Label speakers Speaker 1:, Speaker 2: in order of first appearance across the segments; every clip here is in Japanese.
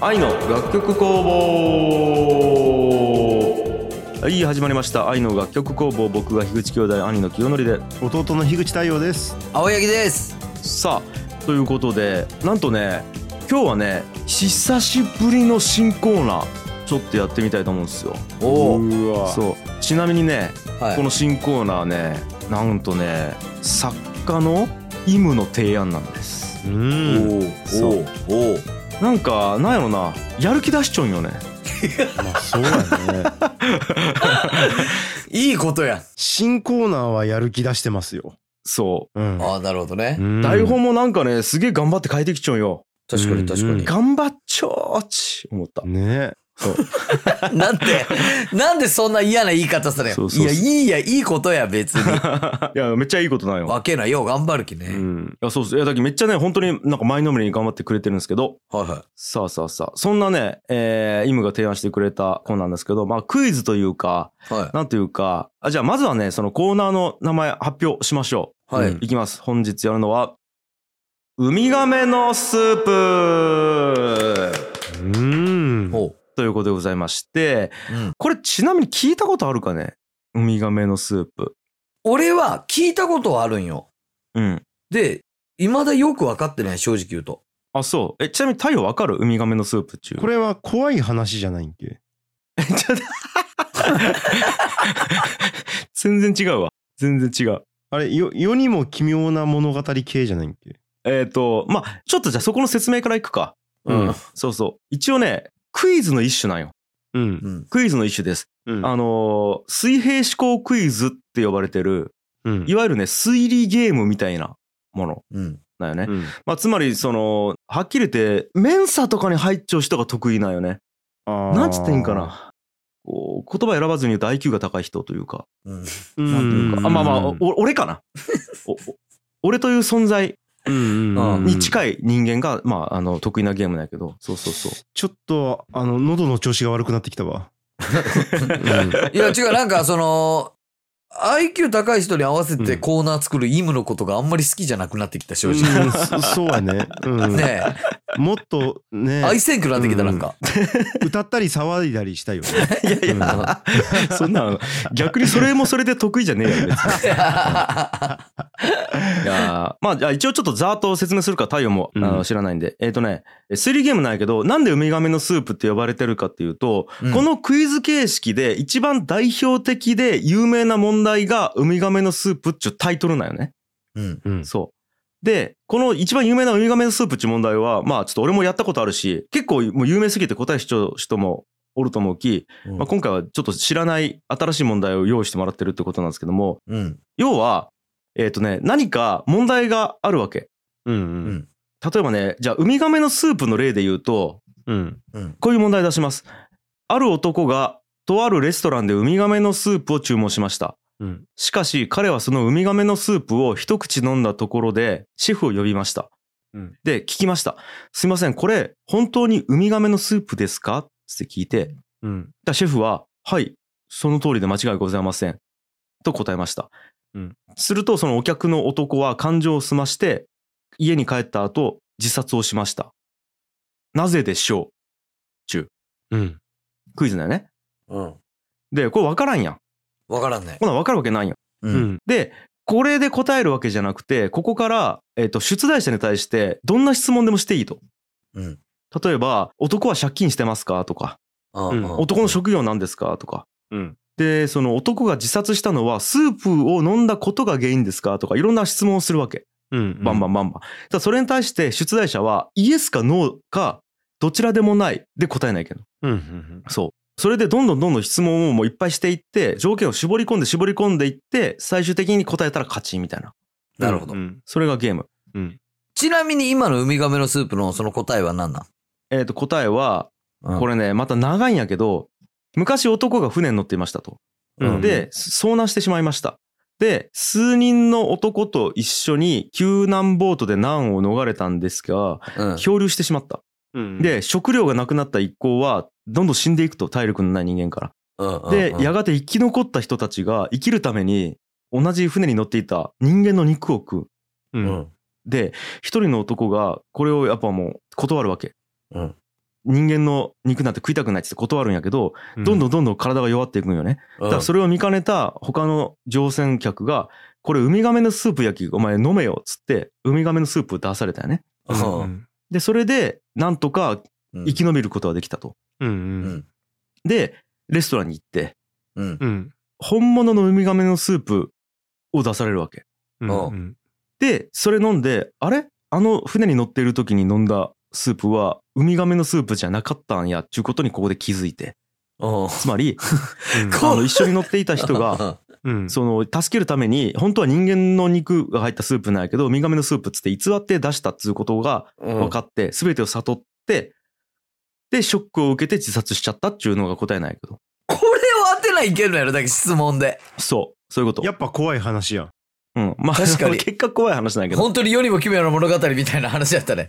Speaker 1: 愛の楽曲工房はい始まりました愛の楽曲工房僕が樋口兄弟兄の清則で
Speaker 2: 弟の樋口太陽です
Speaker 3: 青柳です
Speaker 1: さあということでなんとね今日はね久しぶりの新コーナーちょっとやってみたいと思うんですよ
Speaker 3: おお、
Speaker 2: うわ
Speaker 1: そうちなみにね、
Speaker 3: はい
Speaker 1: この新コーナーねなんとね作家のイムの提案なんです
Speaker 2: う
Speaker 3: お
Speaker 2: ん
Speaker 3: お
Speaker 1: そう
Speaker 3: おお
Speaker 1: なんかなんやろなやる気出しちゃうんよね
Speaker 2: まあそうやね
Speaker 3: いいことや
Speaker 2: 新コーナーはやる気出してますよ
Speaker 1: そ
Speaker 2: うん
Speaker 3: ああなるほどね、
Speaker 1: う、台本もなんかねすげえ頑張って書いてきちゃうんよ
Speaker 3: 確かに確かに、
Speaker 1: 頑張っちょーち思 った
Speaker 2: ね
Speaker 1: そう
Speaker 3: なんてなんで そんな嫌な言い方する
Speaker 1: そ
Speaker 3: よ
Speaker 1: うそう
Speaker 3: いや
Speaker 1: そう
Speaker 3: いいやいいこと や別に
Speaker 1: いやめっちゃいいことなんよ
Speaker 3: わけないよう頑張る気
Speaker 1: う
Speaker 3: ね、
Speaker 1: ん、いやそうそういやだけどめっちゃね本当になんか前のめりに頑張ってくれてるんですけど
Speaker 3: はいは
Speaker 1: さあさあさあそんなね、えー、イムが提案してくれたコーナーなんですけど、まあ、クイズというか
Speaker 3: いは
Speaker 1: なんというか、あじゃあまずはね、そのコーナーの名前発表しましょう。
Speaker 3: はい
Speaker 1: うんいきます。本日やるのは、ウミガメのスープ
Speaker 2: うん
Speaker 3: いほう
Speaker 1: ということでございまして、
Speaker 3: うん、
Speaker 1: これちなみに聞いたことあるかねウミガメのスープ。
Speaker 3: 俺は聞いたことはあるんよ
Speaker 1: うん。
Speaker 3: で未だよく分かってない正直言うと
Speaker 1: あ、そう。え、ちなみに太陽わかるウミガメのスープっていう。
Speaker 2: これは怖い話じゃないんけ
Speaker 1: れ、ちょっと全然違うわ。全然違う。
Speaker 2: あれよ世にも奇妙な物語系じゃないんけ
Speaker 1: えっ、と、まあ、ちょっとじゃあそこの説明からいくか。
Speaker 2: うん
Speaker 1: そうそう。一応ね、クイズの一種なんよ。
Speaker 2: うん
Speaker 3: うん
Speaker 1: クイズの一種です。
Speaker 2: うん
Speaker 1: あのー水平思考クイズって呼ばれてる、
Speaker 2: うん
Speaker 1: いわゆるね、推理ゲームみたいなもの
Speaker 3: うん
Speaker 1: だよね。
Speaker 2: うん
Speaker 1: まあ、つまり、その、はっきり言って、メンサとかに入っちゃう人が得意なんよね。
Speaker 2: あー
Speaker 1: なんつっていいんかな。こう言葉選ばずに言うと IQ が高い人というか、
Speaker 3: うん
Speaker 2: うん
Speaker 1: なんていうか、あまあまあ、お俺か な。おお俺という存在
Speaker 2: うんうんうん
Speaker 1: に近い人間が、まあ、あの、得意なゲームだけど、そうそうそう。
Speaker 2: ちょっとあの喉の調子が悪くなってき たわ
Speaker 3: いや違うなんかその IQ 高い人に合わせてコーナー作るイムのことがあんまり好きじゃなくなってきた正直、
Speaker 2: うんそそうやねうん
Speaker 3: ね
Speaker 2: もっと
Speaker 3: え
Speaker 2: ね
Speaker 3: 愛せんくなってきたなんか、
Speaker 2: 歌ったり騒いだりしたいよね
Speaker 1: いやいや、そんな、逆にそれもそれで得意じゃねえ よ、別に。いやーまあ、じゃあ一応ちょっとざーっと説明するか、太陽も、あ
Speaker 2: う
Speaker 1: の
Speaker 2: ん
Speaker 1: 知らないんで。えっ、とね、推理ゲームなんやけど、なんでウミガメのスープって呼ばれてるかっていうと、
Speaker 3: うん
Speaker 1: このクイズ形式で一番代表的で有名な問題がウミガメのスープっちゅうタイトルなんよね。
Speaker 3: うん
Speaker 2: うん
Speaker 1: そう。で、この一番有名なウミガメのスープっちゅう問題は、まあちょっと俺もやったことあるし、結構もう有名すぎて答えしちゃう人もおると思うき、
Speaker 3: うん
Speaker 1: まあ、今回はちょっと知らない新しい問題を用意してもらってるってことなんですけども、
Speaker 3: うん
Speaker 1: 要は、えっ、とね、何か問題があるわけ。
Speaker 2: うん
Speaker 3: うん
Speaker 1: 例えばね、じゃあ、ウミガメのスープの例で言うと、
Speaker 2: うんうん
Speaker 3: うん
Speaker 1: こういう問題出します。ある男が、とあるレストランでウミガメのスープを注文しました。
Speaker 2: うん
Speaker 1: しかし、彼はそのウミガメのスープを一口飲んだところで、シェフを呼びました。
Speaker 2: うん
Speaker 1: で、聞きました。すいません、これ、本当にウミガメのスープですかって聞いて、
Speaker 2: うん
Speaker 1: だからシェフは、はい、その通りで間違いございません。と答えました。
Speaker 2: うん
Speaker 1: すると、そのお客の男は感情を済まして、家に帰った後、自殺をしました。なぜでしょ
Speaker 2: うん
Speaker 1: うクイズだよね。
Speaker 3: うん
Speaker 1: で、これ分からんやん。
Speaker 3: わからんね
Speaker 1: こんなん分かるわけないやん。
Speaker 3: う
Speaker 2: うんうん
Speaker 1: で、これで答えるわけじゃなくて、ここから、えっ、と、出題者に対して、どんな質問でもしていいと。
Speaker 3: うん
Speaker 1: 例えば、男は借金してますかとか、
Speaker 2: うん
Speaker 1: 男の職業なんですかとか、
Speaker 2: うん
Speaker 1: で、その男が自殺したのはスープを飲んだことが原因ですかとかいろんな質問をするわけ。
Speaker 2: うん
Speaker 1: バンバンバンバン。ただそれに対して出題者はイエスかノーかどちらでもないで答えないけど。
Speaker 2: うんうんうん
Speaker 1: そう。それでどんどんどんどん質問をもういっぱいしていって条件を絞り込んで絞り込んでいって最終的に答えたら勝ちみたいな。
Speaker 3: なるほど、
Speaker 2: うん
Speaker 1: それがゲーム。
Speaker 2: うん
Speaker 3: ちなみに今のウミガメのスープのその答えは何なん、
Speaker 1: えっ、と答えは
Speaker 3: うん、
Speaker 1: これねまた長いんやけど昔男が船に乗っていましたと。
Speaker 2: うん
Speaker 1: で、遭難してしまいました。で、数人の男と一緒に救難ボートで難を逃れたんですが、
Speaker 3: うん
Speaker 1: 漂流してしまった。
Speaker 2: うん
Speaker 1: で、食料がなくなった一行は、どんどん死んでいくと、体力のない人間か
Speaker 3: うんうん
Speaker 1: ら。で
Speaker 3: う、ん
Speaker 1: やがて生き残った人たちが生きるために、同じ船に乗っていた人間の肉を食う。
Speaker 2: う
Speaker 3: うんん
Speaker 1: で、一人の男が、これをやっぱもう断るわけ。
Speaker 3: うん
Speaker 1: 人間の肉なんて食いたくないっつって断るんやけど、どんどんどんどん体が弱っていくんよね。だからそれを見かねた他の乗船客が、これウミガメのスープ焼き、お前飲めよっつって、ウミガメのスープ出されたよね。
Speaker 3: うん
Speaker 2: うんう
Speaker 3: うん
Speaker 2: ん
Speaker 1: で、それで、なんとか
Speaker 3: うん
Speaker 1: 生き延びることができたと。
Speaker 2: うん
Speaker 3: う
Speaker 2: うん
Speaker 3: ん
Speaker 1: で、レストランに行って、
Speaker 3: うん
Speaker 2: うん
Speaker 1: 本物のウミガメのスープを出されるわけ。
Speaker 2: うんうん
Speaker 1: で、それ飲んで、あれあの船に乗っている時に飲んだスープは、ウミガメのスープじゃなかったんや、っていうことにここで気づいて。
Speaker 3: うん
Speaker 1: つまり、
Speaker 3: こ
Speaker 1: あの、一緒に乗っていた人 が、
Speaker 2: うん
Speaker 1: その助けるために本当は人間の肉が入ったスープなんやけどウミガメのスープっつって偽って出したっつうことが
Speaker 3: うん
Speaker 1: 分かって全てを悟ってでショックを受けて自殺しちゃったっちゅうのが答えないけど
Speaker 3: これを当てないけんのやろだけど質問で
Speaker 1: そうそういうこと
Speaker 2: やっぱ怖い話やん
Speaker 1: うんまあ
Speaker 3: 確かに
Speaker 1: 結果怖い話なんやけど
Speaker 3: 本当に世にも奇妙な物語みたいな話やったね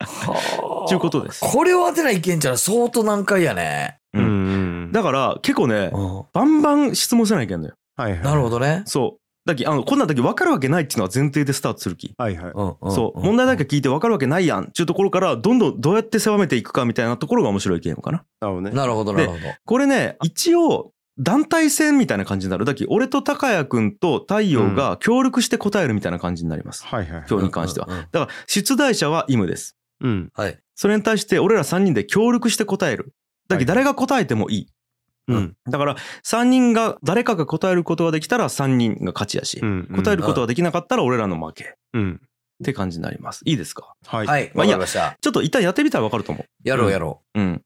Speaker 3: はあ
Speaker 1: ちゅうことです
Speaker 3: これを当てないけんじゃ相当難解やね
Speaker 1: うん
Speaker 2: ん
Speaker 1: だから結構ね
Speaker 3: な
Speaker 1: バンバン質問せないけんのよ
Speaker 2: はいはい
Speaker 3: るほどね
Speaker 1: そうだきあのこんなんだけ分かるわけないっていうのは前提でスタートするき
Speaker 2: はいはい
Speaker 1: そう問題だけ聞いて分かるわけないやんっちゅうところからどんどんどうやって狭めていくかみたいなところが面白いゲームかな
Speaker 2: なるほどね
Speaker 3: なるほどな
Speaker 1: で
Speaker 3: るほど
Speaker 1: これね、一応、団体戦みたいな感じになる。だき、俺と高谷くんと太陽が協力して答えるみたいな感じになります。
Speaker 2: はいはい
Speaker 1: 今日に関しては。
Speaker 3: うんうんうん
Speaker 1: だから、出題者はイムです。
Speaker 2: うん
Speaker 3: はい
Speaker 1: それに対して、俺ら3人で協力して答える。だ
Speaker 2: は
Speaker 1: き、
Speaker 2: い
Speaker 1: 誰が答えてもいい。
Speaker 2: うん
Speaker 1: だから、3人が、誰かが答えることができたら3人が勝ちやし、
Speaker 2: うん
Speaker 1: 答えることができなかったら俺らの負け。っ
Speaker 2: うん
Speaker 1: て感じになります。いいですか
Speaker 2: はい
Speaker 3: はいい
Speaker 1: まあ
Speaker 3: わ
Speaker 1: いい
Speaker 3: か
Speaker 1: や
Speaker 3: りました
Speaker 1: ちょっと一旦やってみたらわかると思
Speaker 3: やろうやろ
Speaker 1: う。うん。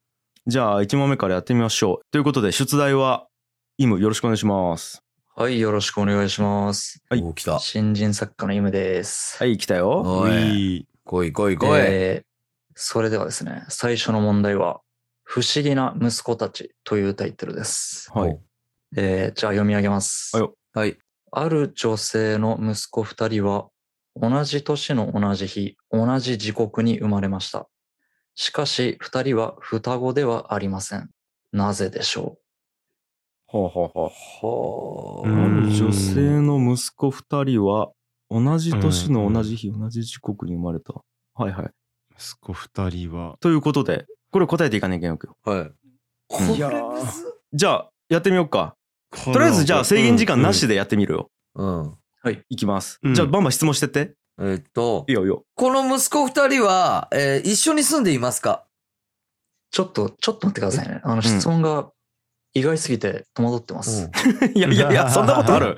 Speaker 1: じゃあ、1問目からやってみましょう。ということで、出題は、イム、よろしくお願いします。
Speaker 4: はい、よろしくお願いします。
Speaker 1: はいう
Speaker 3: お来た
Speaker 4: 新人作家のゆむです。
Speaker 1: はい、来たよ。
Speaker 3: おい
Speaker 2: い
Speaker 3: 来い来い来い
Speaker 4: えーそれではですね、最初の問題は、不思議な息子たちというタイトルです。
Speaker 1: はい。
Speaker 4: えーじゃあ読み上げます。
Speaker 1: はいよ
Speaker 3: はい
Speaker 4: ある女性の息子二人は、同じ年の同じ日、同じ時刻に生まれました。しかし、二人は双子ではありません。なぜでしょ
Speaker 1: ほうほうほう。
Speaker 3: は
Speaker 2: う
Speaker 1: ある
Speaker 2: ん
Speaker 1: 女性の息子二人は、同じ年の同じ日、同じ時刻に生まれた。はいはい。
Speaker 2: 息子二人は
Speaker 1: ということで、これ答えていかなきゃいけないわけよ。
Speaker 3: あはいこ
Speaker 1: うん
Speaker 2: いやー
Speaker 3: れむずっ
Speaker 1: じゃあ、やってみようか。とりあえず、じゃあ制限時間なしでやってみるよ。
Speaker 3: うん
Speaker 1: いきます。
Speaker 2: うん
Speaker 1: じゃあ、バンバン質問してって。
Speaker 3: えーっと
Speaker 1: いいよいいよ。
Speaker 3: この息子二人はえー一緒に住んでいますか
Speaker 4: うちょっと、ちょっと待ってくださいね。あの質問が意外すぎて戸惑ってます。
Speaker 1: いやいやい や、そんなことある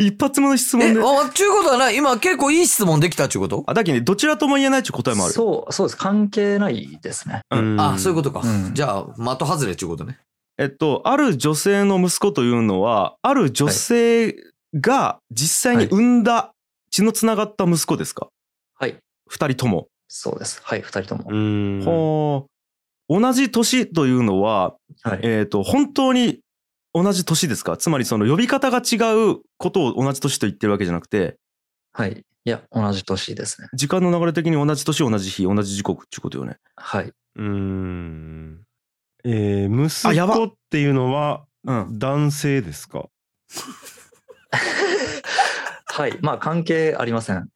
Speaker 1: 一発目の質問
Speaker 3: え
Speaker 1: で。
Speaker 3: あちゅうことはない今結構いい質問できたっちゅうこと
Speaker 1: あ、だけどね、どちらとも言えないっちゅう答えもある。
Speaker 4: そう、そうです。関係ないですね。
Speaker 3: あそういうこととか
Speaker 4: うん
Speaker 3: じゃあ的外れっちゅうことね
Speaker 1: えっと、ある女性の息子というのは、ある女性が実際に産んだ血のつながった息子ですか
Speaker 4: はい。
Speaker 1: 二人とも。
Speaker 4: そうです。はい、二人とも。
Speaker 2: うん
Speaker 1: ほう同じ年というのは、
Speaker 4: はい。
Speaker 1: えっ、と、本当に同じ年ですかつまりその呼び方が違うことを同じ年と言ってるわけじゃなくて、
Speaker 4: はい。いや、同じ年ですね。
Speaker 1: 時間の流れ的に同じ年、同じ日、同じ時刻っていうことよね。
Speaker 4: はい。
Speaker 2: うーん。えー、
Speaker 1: あや
Speaker 2: 息
Speaker 1: ば
Speaker 2: 子っていうのは
Speaker 1: うん。
Speaker 2: 男性ですか
Speaker 4: はい。まあ、関係ありません。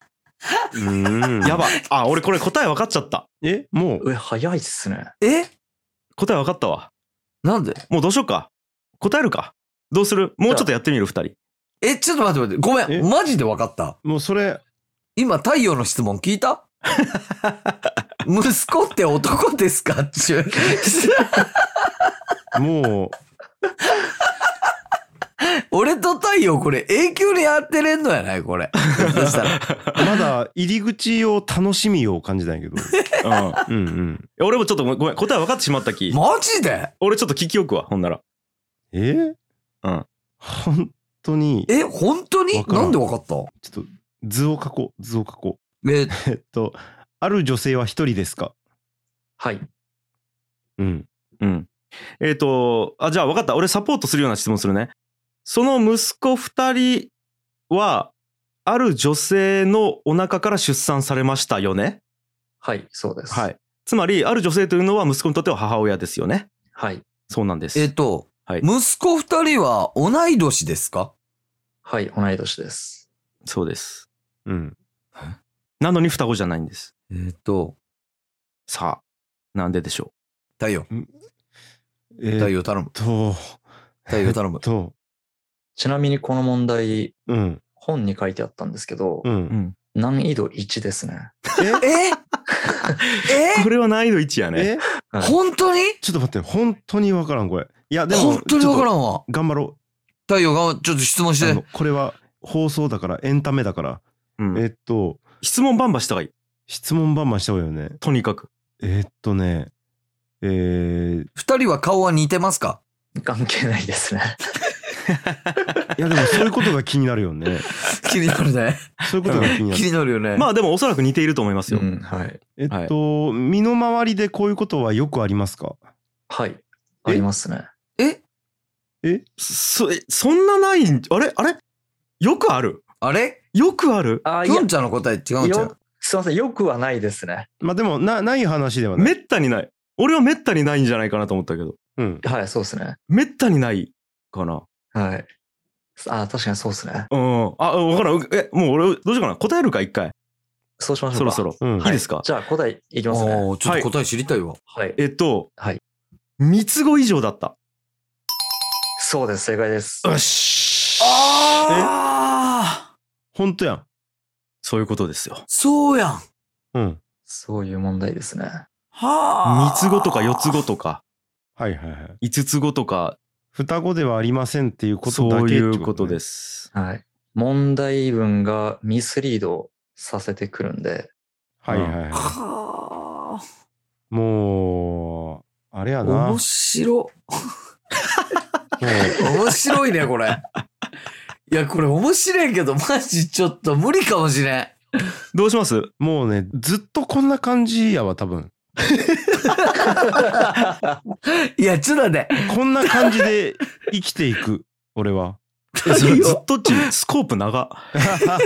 Speaker 2: うん
Speaker 1: やば。あ、俺これ答え分かっちゃった。
Speaker 2: えもう
Speaker 4: え、早いっすね。
Speaker 3: え
Speaker 1: 答え分かったわ。
Speaker 3: なんで
Speaker 1: もうどうしようか。答えるか。どうするもうちょっとやってみる、二人。
Speaker 3: え、ちょっと待って待って。ごめ
Speaker 2: え
Speaker 3: ん。マジで分かった。
Speaker 2: もうそれ
Speaker 3: 今、太陽の質問聞い た息子って男ですかっちゅう。
Speaker 2: も
Speaker 3: 俺と太陽これ永久にやってれんのやないこれ。そした ら。
Speaker 2: うまだ入り口を楽しみを感じたんやけど。
Speaker 1: うん。
Speaker 2: うんうん。
Speaker 1: 俺もちょっとごめんごめん、答え分かってしまったき。
Speaker 3: マジで
Speaker 1: 俺ちょっと聞きよくわ、ほんなら。
Speaker 2: え
Speaker 1: うん。
Speaker 2: 本当に
Speaker 3: え、本当に
Speaker 2: わからん
Speaker 3: なんで分かった
Speaker 2: ちょっと図を書こう図を書こ
Speaker 3: え、
Speaker 2: う。えっとある女性は一人ですか
Speaker 4: はい。
Speaker 2: うん。
Speaker 1: うん。えっ、と、あ、じゃあ分かった。俺サポートするような質問するね。その息子二人は、ある女性のお腹から出産されましたよね。
Speaker 4: はい、そうです。
Speaker 1: は。い。つまり、ある女性というのは息子にとっては母親ですよね。
Speaker 4: はい。
Speaker 1: そうなんです。
Speaker 3: えっと、
Speaker 1: はい
Speaker 3: 息子二人は同い年ですか
Speaker 4: はい、同い年です。
Speaker 1: そうです。
Speaker 2: うん。
Speaker 1: なのに双子じゃないんです。
Speaker 3: えっと、
Speaker 1: さあ、なんででしょ
Speaker 3: 太陽。
Speaker 2: え
Speaker 3: 太
Speaker 2: ーっ
Speaker 3: 陽頼む。
Speaker 2: と、
Speaker 3: 太陽頼む。
Speaker 2: と、
Speaker 4: ちなみにこの問題、
Speaker 2: うん、
Speaker 4: 本に書いてあったんですけど
Speaker 2: う、。
Speaker 1: う、うんん、
Speaker 4: 難易度1ですね。
Speaker 3: ええ
Speaker 1: これは難易度1やね
Speaker 2: え
Speaker 4: はい
Speaker 3: 本当に
Speaker 2: ちょっと待って、本当にわからん、これ。いや、でも、
Speaker 3: 本当にわからんわ。
Speaker 2: 頑張ろ
Speaker 3: 太陽がちょっと質問し
Speaker 2: う。あ
Speaker 3: て
Speaker 2: の。これは放送だから、エンタメだから。
Speaker 1: うん
Speaker 2: えっと、
Speaker 1: 質問バンバンした方がいい
Speaker 2: 質問バンバンした方がいいよね。
Speaker 1: とにかく
Speaker 2: えっとね、えー、
Speaker 3: 二人は顔は似てますか
Speaker 4: 関係ないですね。
Speaker 2: いやでもそういうことが気になるよね。
Speaker 3: 気になるね。
Speaker 2: そういうことが気にな
Speaker 3: 気
Speaker 2: る。
Speaker 3: になるよね。
Speaker 1: まあでもおそらく似ていると思いますよ、
Speaker 4: うん、はい。
Speaker 2: えっと、身の回りでこういうことはよくありますか
Speaker 4: はい。ありますね。
Speaker 3: え
Speaker 1: そえそんなないんあれあれよくある
Speaker 3: あれ
Speaker 1: よくある
Speaker 4: あ、い
Speaker 3: きょ
Speaker 4: や
Speaker 3: ん、ちゃんの答え違うんちゃう
Speaker 4: よすいません。よくはないですね。
Speaker 2: まあでもな、ない話ではな
Speaker 1: め
Speaker 2: い。
Speaker 1: ったにない俺はめったにないんじゃないかなと思ったけど
Speaker 2: うん。
Speaker 4: はい、そうですね。
Speaker 1: めったにないかな
Speaker 4: はい。あ、確かにそうですね。
Speaker 1: うんあ分からんえもう俺どうしようかな答えるか一回
Speaker 4: そうしましょう
Speaker 1: そろ
Speaker 4: か。
Speaker 1: そろ、
Speaker 2: うん
Speaker 1: いいですか
Speaker 4: じゃあ答えいきますね。
Speaker 3: おーちょっと答え知りたいわ。
Speaker 4: はい。
Speaker 1: えっと、
Speaker 4: はい
Speaker 1: 三つ子以上だった
Speaker 4: そうです。正解です。
Speaker 1: よし
Speaker 3: ああ
Speaker 2: 本当や
Speaker 1: そういうことですよ
Speaker 3: そうやん。
Speaker 2: ん。うん。
Speaker 4: そういう問題ですね。
Speaker 3: はあ。
Speaker 1: 三つ子とか四つ子とか
Speaker 2: はいはいはい。
Speaker 1: 五つ子とか
Speaker 2: 双子ではありませんっていうことだけ。
Speaker 1: そういうことですす
Speaker 4: はい。問題文がミスリードさせてくるんで、
Speaker 2: はいはいは。
Speaker 3: はい
Speaker 2: もう、あれや
Speaker 3: あ。
Speaker 2: な。も
Speaker 3: 面白。
Speaker 2: う
Speaker 3: 面白いね、これ。いや、これ面白いけど、マジちょっと無理かもしれん。
Speaker 1: どうします
Speaker 2: もうね、ずっとこんな感じやわ、多分。
Speaker 3: いや、ちょっと待って。
Speaker 2: こんな感じで生きていく、俺は。
Speaker 1: えそれずっとっちスコープ 長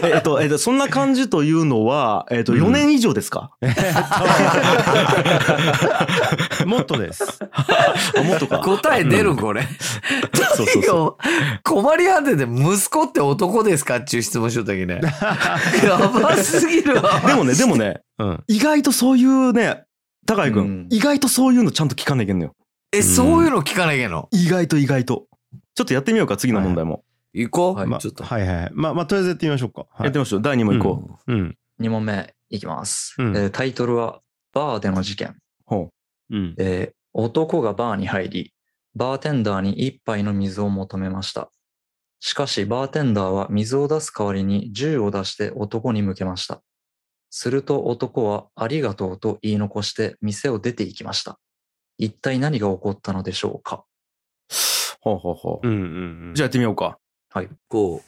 Speaker 1: ええっと、えっと、そんな感じというのは、えっと、
Speaker 2: うん
Speaker 1: 4年以上ですか、
Speaker 2: もっとです。
Speaker 1: あ、もっとか。
Speaker 3: 答え出る、これ。
Speaker 1: そうそうそう。
Speaker 3: 困り果てて、息子って男ですかっていう質問しとったきね。やばすぎるわ。
Speaker 1: でもね、でもね、
Speaker 2: うん。
Speaker 1: 意外とそういうね、高井くん、
Speaker 4: うん
Speaker 1: 意外とそういうのちゃんと聞かなきゃいけんのよ。
Speaker 3: え、そういうの聞かなきゃいけんの
Speaker 1: 意外と意外と。ちょっとやってみようか、次の問題も。
Speaker 3: 行こう。
Speaker 4: はい
Speaker 2: ま
Speaker 3: ちょっと。
Speaker 2: はいはいはい。まあ、まあ、とりあえずやってみましょうか。は
Speaker 1: や
Speaker 2: い
Speaker 1: ってみましょう。第2問いこう。
Speaker 2: うん。
Speaker 4: 2問目いきます、
Speaker 2: うん
Speaker 4: えータイトルは、バーでの事件。
Speaker 1: ほ
Speaker 2: うん。
Speaker 4: えー男がバーに入り、バーテンダーに一杯の水を求めました。しかし、バーテンダーは水を出す代わりに銃を出して男に向けました。すると男はありがとうと言い残して店を出て行きました。一体何が起こったのでしょうか
Speaker 1: う。ほうほうほう。
Speaker 2: うんうんうん。
Speaker 1: じゃあやってみようか。
Speaker 4: はい。
Speaker 3: こ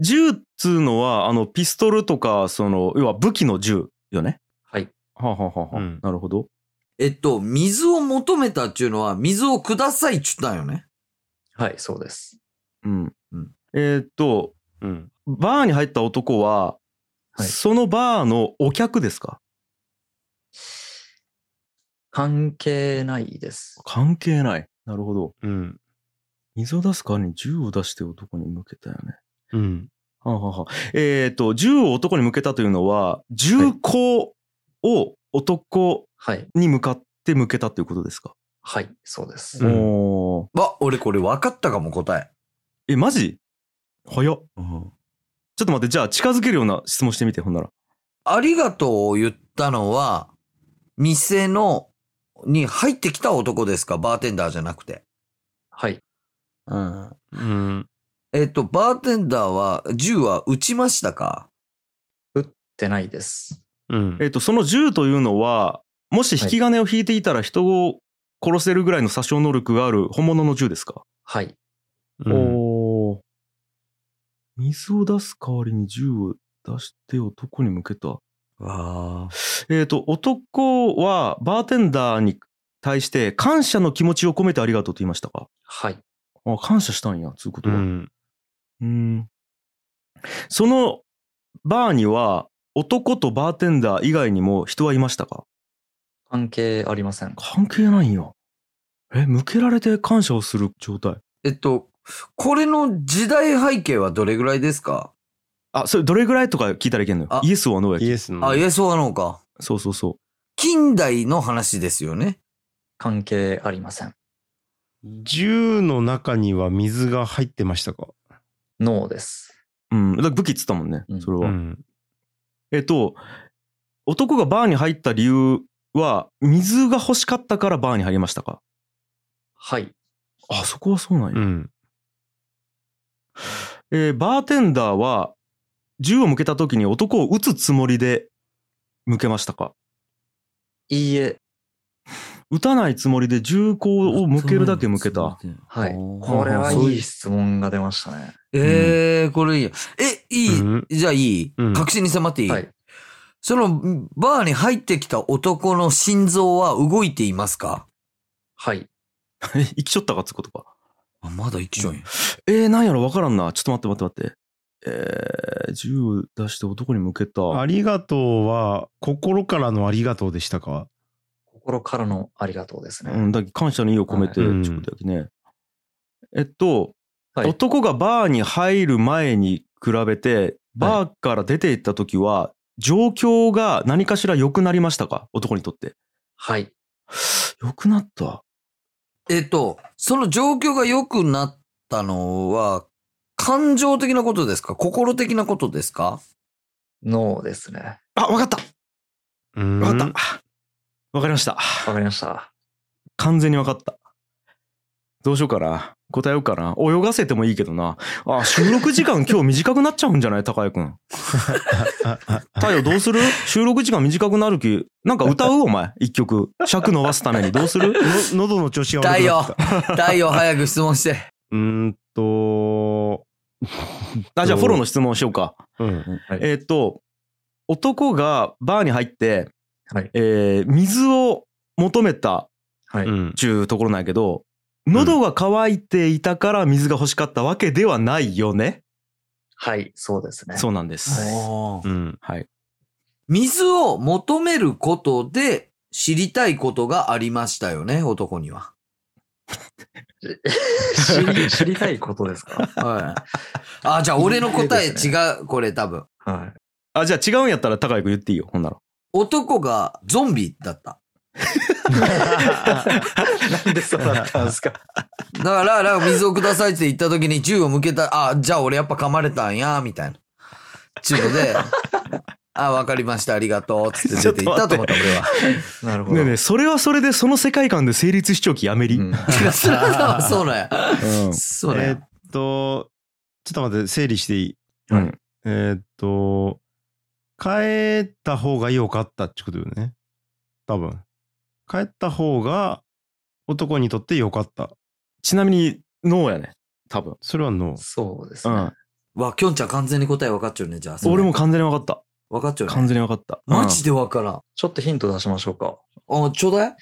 Speaker 1: 銃っつうのは、あの、ピストルとか、その、要は武器の銃よね。
Speaker 4: はい。
Speaker 1: はあ、はあはあはあ
Speaker 2: うん
Speaker 1: なるほど。
Speaker 3: う。えっと、水を求めたっていうのは、水をくださいっちゅったんよね。
Speaker 4: はい、そうです。
Speaker 1: うん。
Speaker 3: うん
Speaker 1: えーっと、
Speaker 2: うん。
Speaker 1: バーに入った男は、
Speaker 4: はい
Speaker 1: そのバーのお客ですか
Speaker 4: 関係ないです。
Speaker 1: 関係ない。なるほど。
Speaker 2: うん。
Speaker 1: 水を出す代わりに銃を出して男に向けたよね。
Speaker 2: うん。
Speaker 1: はあ、はあはあ、えーっと、銃を男に向けたというのは、銃口を男
Speaker 4: はい。
Speaker 1: に向かって向けたということですか、
Speaker 4: はい、そうです。
Speaker 2: うん
Speaker 1: おー
Speaker 3: わ、俺これ分かったかも、答え。
Speaker 1: え、マジ早っ、ちょっと待って、じゃあ近づけるような質問してみて、ほんなら。
Speaker 3: ありがとうを言ったのは、店の、に入ってきた男ですかバーテンダーじゃなくて。
Speaker 4: はい。
Speaker 3: うん。
Speaker 2: うん。
Speaker 3: えっと、バーテンダーは、銃は撃ちましたか
Speaker 4: ってないです。
Speaker 2: うん
Speaker 1: え。っと、その銃というのは、もし引き金を引いていたら人を殺せるぐらいの殺傷能力がある本物の銃ですか、
Speaker 4: はい。
Speaker 2: うん
Speaker 1: おー水を出す代わりに銃を出して男に向けた。
Speaker 3: わあ。
Speaker 1: えっ、と、男はバーテンダーに対して感謝の気持ちを込めてありがとうと言いましたか
Speaker 4: はい。
Speaker 1: あ、感謝したんや、つうこと
Speaker 2: う
Speaker 1: は。
Speaker 2: ん。
Speaker 1: うんそのバーには男とバーテンダー以外にも人はいましたか
Speaker 4: 関係ありません。
Speaker 1: 関係ないんや。え、向けられて感謝をする状態。
Speaker 3: えっと、これの時代背景はどれぐらいですか
Speaker 1: あ、それどれぐらいとか聞いたらいけんのよ
Speaker 3: あ。
Speaker 1: イエスはノーや
Speaker 2: イ
Speaker 1: き。
Speaker 2: エスの。
Speaker 3: あ、イエスオアノーか。
Speaker 1: そうそうそ
Speaker 3: 近代の話ですよね。
Speaker 4: 関係ありません。
Speaker 2: 銃の中には水が入ってましたか
Speaker 4: ノーです。
Speaker 1: うん。だから武器っつったもんね
Speaker 4: う、ん
Speaker 1: それ
Speaker 2: う
Speaker 1: は。
Speaker 2: ん。
Speaker 1: えっと、男がバーに入った理由は、水が欲しかったからバーに入りましたか
Speaker 4: はい。
Speaker 1: あ、そこはそうなんや。
Speaker 2: うん。
Speaker 1: えーバーテンダーは、銃を向けた時に男を撃つつもりで向けましたか
Speaker 4: いいえ。
Speaker 1: 撃たないつもりで銃口を向けるだけ向けた。。
Speaker 4: はい。
Speaker 1: おー
Speaker 4: これは
Speaker 1: そういう
Speaker 4: いい質問が出ましたね。
Speaker 3: えー、これいいよ。え、いい、
Speaker 2: うん
Speaker 3: じゃあいい、
Speaker 2: うん
Speaker 3: 確信に迫っていい、
Speaker 4: はい。
Speaker 3: その、バーに入ってきた男の心臓は動いていますか
Speaker 4: はい。
Speaker 1: え、生きちょったかっつうことか。
Speaker 3: あ、まだ生きちょんや。
Speaker 1: えー、なんやろわからんな。ちょっと待って待って待って。えー、銃出して男に向けた。
Speaker 2: ありがとうは、心からのありがとうでしたか
Speaker 4: 心からのありがとうですね。
Speaker 1: うん、だから感謝の意を込めて、ちょ
Speaker 2: はい
Speaker 1: っとだけね。えっと、
Speaker 4: はい
Speaker 1: 男がバーに入る前に比べて、バーから出て行った時は、状況が何かしら良くなりましたか男にとって。
Speaker 4: はい。
Speaker 1: 良くなった。
Speaker 3: えっと、その状況が良くなったのは、感情的なことですか心的なことですか
Speaker 4: ノーですね。
Speaker 1: あ、わかった
Speaker 2: うん
Speaker 1: わかったわかりました。
Speaker 4: わかりました。
Speaker 1: 完全にわかった。どうしようかな。答えようかな。泳がせてもいいけどな。あ、収録時 間今日短くなっちゃうんじゃない高谷くん。太陽どうす る収録時間短くなる気。なんか歌うお前。一曲。尺伸ばすために。どうする
Speaker 2: の 喉の調子が
Speaker 3: 太
Speaker 2: 悪く
Speaker 3: 陽
Speaker 2: なった。、
Speaker 3: 太陽早く質問して。
Speaker 2: うーんと、
Speaker 1: あ、じゃあフォローの質問しようか。
Speaker 2: うん。
Speaker 4: はい
Speaker 1: えーっ、と、男がバーに入って、
Speaker 4: はい。
Speaker 1: えー水を求めた
Speaker 4: はい。
Speaker 2: うん
Speaker 1: ちゅうところなんやけど、喉が渇いていたから水が欲しかったわけではないよね。
Speaker 4: はい。そうですね。
Speaker 1: そうなんです。
Speaker 3: おー
Speaker 2: うん。
Speaker 1: はい。
Speaker 3: 水を求めることで知りたいことがありましたよね、男には。
Speaker 4: 知り知りたいことですか
Speaker 3: はい。あ、じゃあ俺の答え
Speaker 4: いいです
Speaker 3: 違う、これ多分。
Speaker 4: はい。
Speaker 1: あ、じゃあ違うんやったら高井くん言っていいよ。ほんなら。
Speaker 3: 男がゾンビだった。
Speaker 4: なんでそうだった んですか
Speaker 3: だから、なんか水をくださいって言った時に銃を向けた、あ、じゃあ俺やっぱ噛まれたんや、みたいな。ちゅうので、あ、わかりました、ありがとう、つって出て行ったと思った、俺は。
Speaker 4: なるほど。
Speaker 1: ねえねえ、それはそれでその世界観で成立しちょきやめり。
Speaker 4: うん
Speaker 3: そうだ、そうだよ。そうだ
Speaker 2: えー
Speaker 3: よ
Speaker 2: っ。と、ちょっと待って、整理していい
Speaker 1: うん
Speaker 2: えーっと、変えた方が良かったってことよね。多分。変えた方が男にとって良かった。
Speaker 1: ちなみに、ノーやね。多分。
Speaker 2: それはノー。
Speaker 4: そうです
Speaker 1: う
Speaker 4: ね。
Speaker 1: ん。
Speaker 3: わ、きょんちゃん完全に答え分かっちゃうね、じゃあ。それ
Speaker 1: 俺も。完全に分かっ
Speaker 3: 分かっちゃ
Speaker 1: た。
Speaker 3: うね。
Speaker 1: 完全に分かった。
Speaker 3: マジ
Speaker 1: で
Speaker 3: で分からん。
Speaker 4: ちょっとヒント出しましょうか。
Speaker 3: あ、ちょうだい。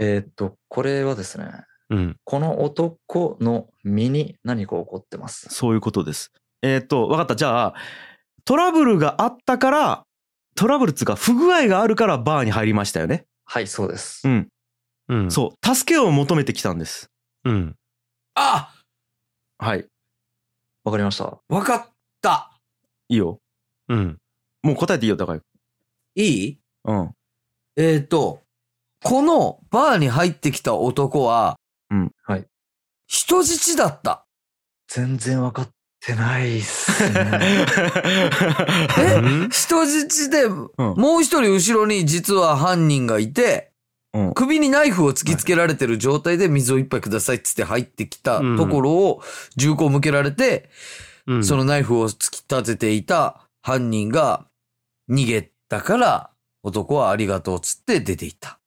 Speaker 4: えーっと、これはですね、
Speaker 2: うん。
Speaker 4: この男の身に何か起こってます。
Speaker 1: そういうことです。えーっと、分かった。じゃあ、トラブルがあったから、トラブルっつうか、不具合があるからバーに入りましたよね。
Speaker 4: はい、そうです
Speaker 1: う。ん。
Speaker 2: うん。
Speaker 1: そう。助けを求めてきたんです。
Speaker 2: う。うん。
Speaker 3: あ
Speaker 1: はい。
Speaker 4: わかりました。
Speaker 3: 分かった。
Speaker 1: いいよ。
Speaker 2: うん。
Speaker 1: もう答えていいよ、高井。
Speaker 3: いい
Speaker 1: うん。
Speaker 3: えっ、と、このバーに入ってきた男は、
Speaker 1: うん
Speaker 4: はい。
Speaker 3: 人質だった。
Speaker 4: 全然わかってないっすね。
Speaker 3: え
Speaker 2: うん
Speaker 3: 人質で、もう一人後ろに実は犯人がいて、
Speaker 1: うん
Speaker 3: 首にナイフを突きつけられてる状態で水を一杯くださいっつって入ってきたところを銃口を向けられて、
Speaker 2: うん。
Speaker 3: そのナイフを突き立てていた犯人が逃げたから、男はありがとうっつって出ていった。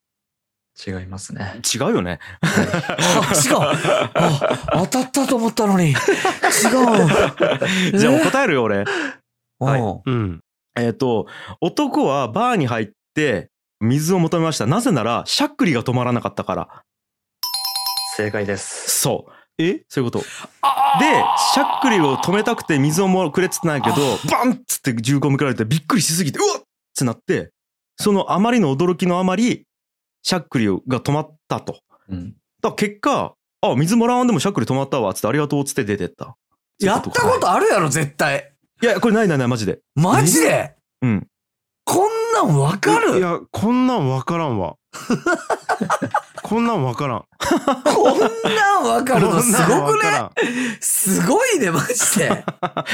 Speaker 4: 違いますね。
Speaker 1: 違うよね。
Speaker 3: あ、違うあ当たったと思ったのに。違う。
Speaker 1: じゃあもう答えるよ、俺。
Speaker 4: はい
Speaker 3: うん
Speaker 2: うん。
Speaker 1: えっ、と、男はバーに入って水を求めました。なぜなら、しゃっくりが止まらなかったから。
Speaker 4: 正解です。
Speaker 1: そう。
Speaker 2: え
Speaker 1: そういうこと。で、
Speaker 3: あ
Speaker 1: しゃっくりを止めたくて水をもくれっつってないけど、バンっつって銃口向けられてびっくりしすぎて、うわっってなって、そのあまりの驚きのあまり、しゃっくりが止まったと。
Speaker 4: うん。
Speaker 1: だから結果、あ、水もらわんでもしゃっくり止まったわ、つってありがとうっつって出てった。
Speaker 3: やったことあるやろ、絶対。
Speaker 1: いや、これないないない、マジで。
Speaker 3: マジで
Speaker 1: うん。
Speaker 3: こんんなんわか
Speaker 2: い
Speaker 3: る
Speaker 2: や、こんなんわから んわ。こんなんわからん。
Speaker 3: こんなんわかるの
Speaker 2: こん
Speaker 3: す
Speaker 2: なん
Speaker 3: ご
Speaker 2: わ
Speaker 3: く
Speaker 2: から
Speaker 3: ね
Speaker 2: ん
Speaker 3: すごいね、マジで。
Speaker 1: まあ、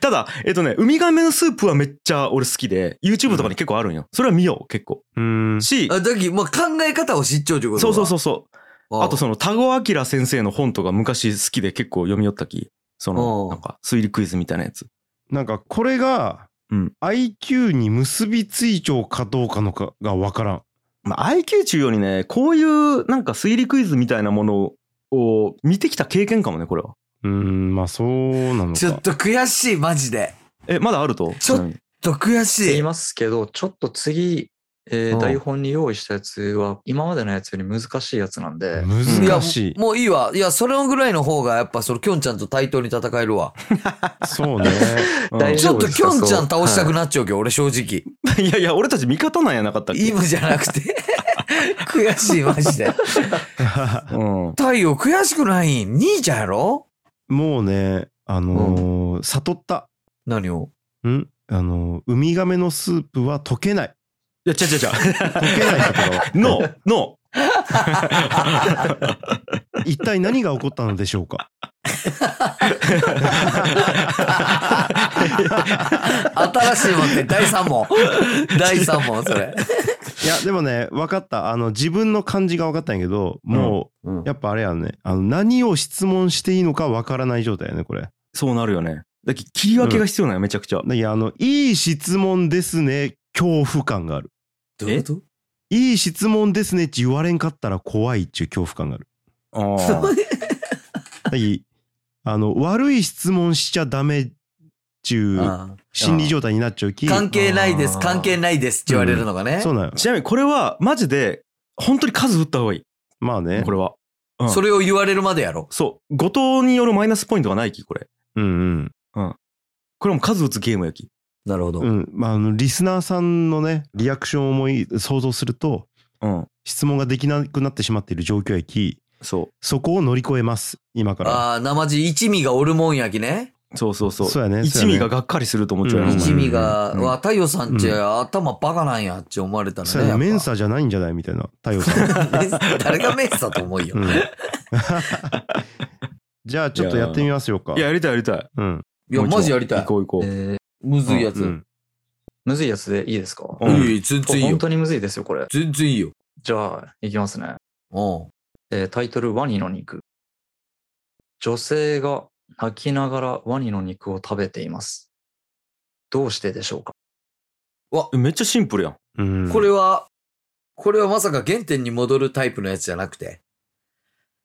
Speaker 1: ただ、えっとね、ウミガメのスープはめっちゃ俺好きで、YouTube とかに結構あるんよ。それは見よう、結構。
Speaker 2: うーん。
Speaker 1: し、
Speaker 3: あ、だき、まあ、考え方を知っちゃうということ
Speaker 1: そうそう
Speaker 3: う
Speaker 1: そうそう。。
Speaker 3: ん
Speaker 1: あと、その、田子明先生の本とか昔好きで結構読み寄ったき、そ
Speaker 3: お
Speaker 1: の、
Speaker 3: う
Speaker 1: なんか、推理クイズみたいなやつ。
Speaker 2: なんか、これが
Speaker 1: うん
Speaker 2: IQ に結びついちゃうかどうかのかがわからん。
Speaker 1: まあ、IQ 中よりね、こういうなんか推理クイズみたいなものを見てきた経験かもね、これは。
Speaker 2: うーん、まあ、そうなの
Speaker 3: ちょっ
Speaker 2: か。
Speaker 3: と悔しい、マジで。
Speaker 1: え、まだあると
Speaker 3: ちょ
Speaker 1: ちなみに
Speaker 3: ちょっと悔し
Speaker 4: 言い
Speaker 3: い。
Speaker 4: ますけど、ちょっと次、えー
Speaker 3: うん
Speaker 4: 台本に用意したやつは、今までのやつより難しいやつなんで、
Speaker 3: いや
Speaker 2: 難しい。
Speaker 3: もういいわ。いや、それぐらいの方が、やっぱ、その、きょんちゃんと対等に戦えるわ。
Speaker 2: そうね。
Speaker 1: うん
Speaker 4: 大
Speaker 3: ち
Speaker 4: 丈
Speaker 3: ょっ
Speaker 4: 夫
Speaker 3: と
Speaker 4: です
Speaker 3: き
Speaker 4: か
Speaker 3: ょんちゃん倒したく
Speaker 4: はい
Speaker 3: なっちゃうけど、俺正直。
Speaker 1: いやいや、俺たち味方なんやなかったっけ
Speaker 3: 今じゃなくて。 悔しい、マジで。
Speaker 1: うん。
Speaker 3: 太陽、悔しくないん。兄ちゃんやろ
Speaker 2: もうね、あのー悟った。
Speaker 3: 何を
Speaker 2: んあのーウミガメのスープは溶けない。
Speaker 1: いや、ちゃちゃちゃ。
Speaker 2: 溶けないところは
Speaker 1: ノー、ノ
Speaker 2: 一体何が起こったのでしょうか
Speaker 3: 新しいもんって、第3問。 第3問、それ。
Speaker 2: いやでもね分かったあの自分の感じが分かったんやけどもう、やっぱあれやねあの何を質問していいのか分からない状態やねこれ
Speaker 1: そうなるよね。だっけ切り分けが必要なんや、めちゃく ちゃ。
Speaker 2: いやあのいい質問ですね恐怖感がある
Speaker 3: どういうこと
Speaker 2: いい質問ですねって言われんかったら怖いっちゅう恐怖感がある
Speaker 1: あー
Speaker 2: だきあの悪い質問しちゃダメっちゅう
Speaker 3: ああ
Speaker 2: 心理状態になっちゃうき
Speaker 3: 関係ないです、
Speaker 4: あー
Speaker 3: 関係ないですって言われるのがね。
Speaker 2: そうなんよ
Speaker 1: ちなみに、これは、マジで、本当に数打った方がい
Speaker 2: まあ
Speaker 1: い。
Speaker 2: ね
Speaker 1: これは。うん
Speaker 3: それを言われるまでやろ。
Speaker 1: そう。後藤によるマイナスポイントがないき、これ。
Speaker 2: うんうん
Speaker 1: これも数打つゲームやき。
Speaker 3: なるほど
Speaker 2: う。ん、まあ、あのリスナーさんのねリアクションを思い想像すると
Speaker 1: うん。
Speaker 2: 質問ができなくなってしまっている状況駅
Speaker 1: そ
Speaker 2: そこを乗り越えます今から
Speaker 3: ああ、生地一味がおるもんやきね。
Speaker 1: う。そうそうそう。
Speaker 2: そうやね
Speaker 1: 一
Speaker 2: そうや
Speaker 1: 味
Speaker 2: ね
Speaker 1: ががっかりすると思っちゃうよ
Speaker 2: うん
Speaker 1: お前
Speaker 3: 一味が、
Speaker 1: うん
Speaker 3: わ、太陽さんち、
Speaker 2: う
Speaker 3: 頭バカなんやって思われたら
Speaker 2: そう
Speaker 3: ね。
Speaker 2: や
Speaker 3: や
Speaker 2: ね
Speaker 3: っぱ
Speaker 2: メンサじゃないんじゃないみたいな太陽さん、
Speaker 3: メンサ 誰がメンサと思うよ。
Speaker 2: うん、 じゃあちょっとやってみますよか
Speaker 1: いや、やりたいやりたい。
Speaker 2: うん
Speaker 3: いや、
Speaker 1: もう一問
Speaker 3: マジやりたい
Speaker 1: 行。こう行こう。
Speaker 4: えー
Speaker 3: むずいやつ。
Speaker 2: うん
Speaker 4: むずいやつでいいですか、
Speaker 1: うん
Speaker 3: いい、全
Speaker 4: これ本。当にむずいですよ、これ。
Speaker 3: 全然いいよ。
Speaker 4: じゃあ、いきますね。
Speaker 3: うん。
Speaker 4: えータイトル、ワニの肉。女性が泣きながらワニの肉を食べています。どうしてでしょうか
Speaker 1: えめっちゃシンプルやん。
Speaker 2: うん
Speaker 3: これは、これはまさか原点に戻るタイプのやつじゃなくて、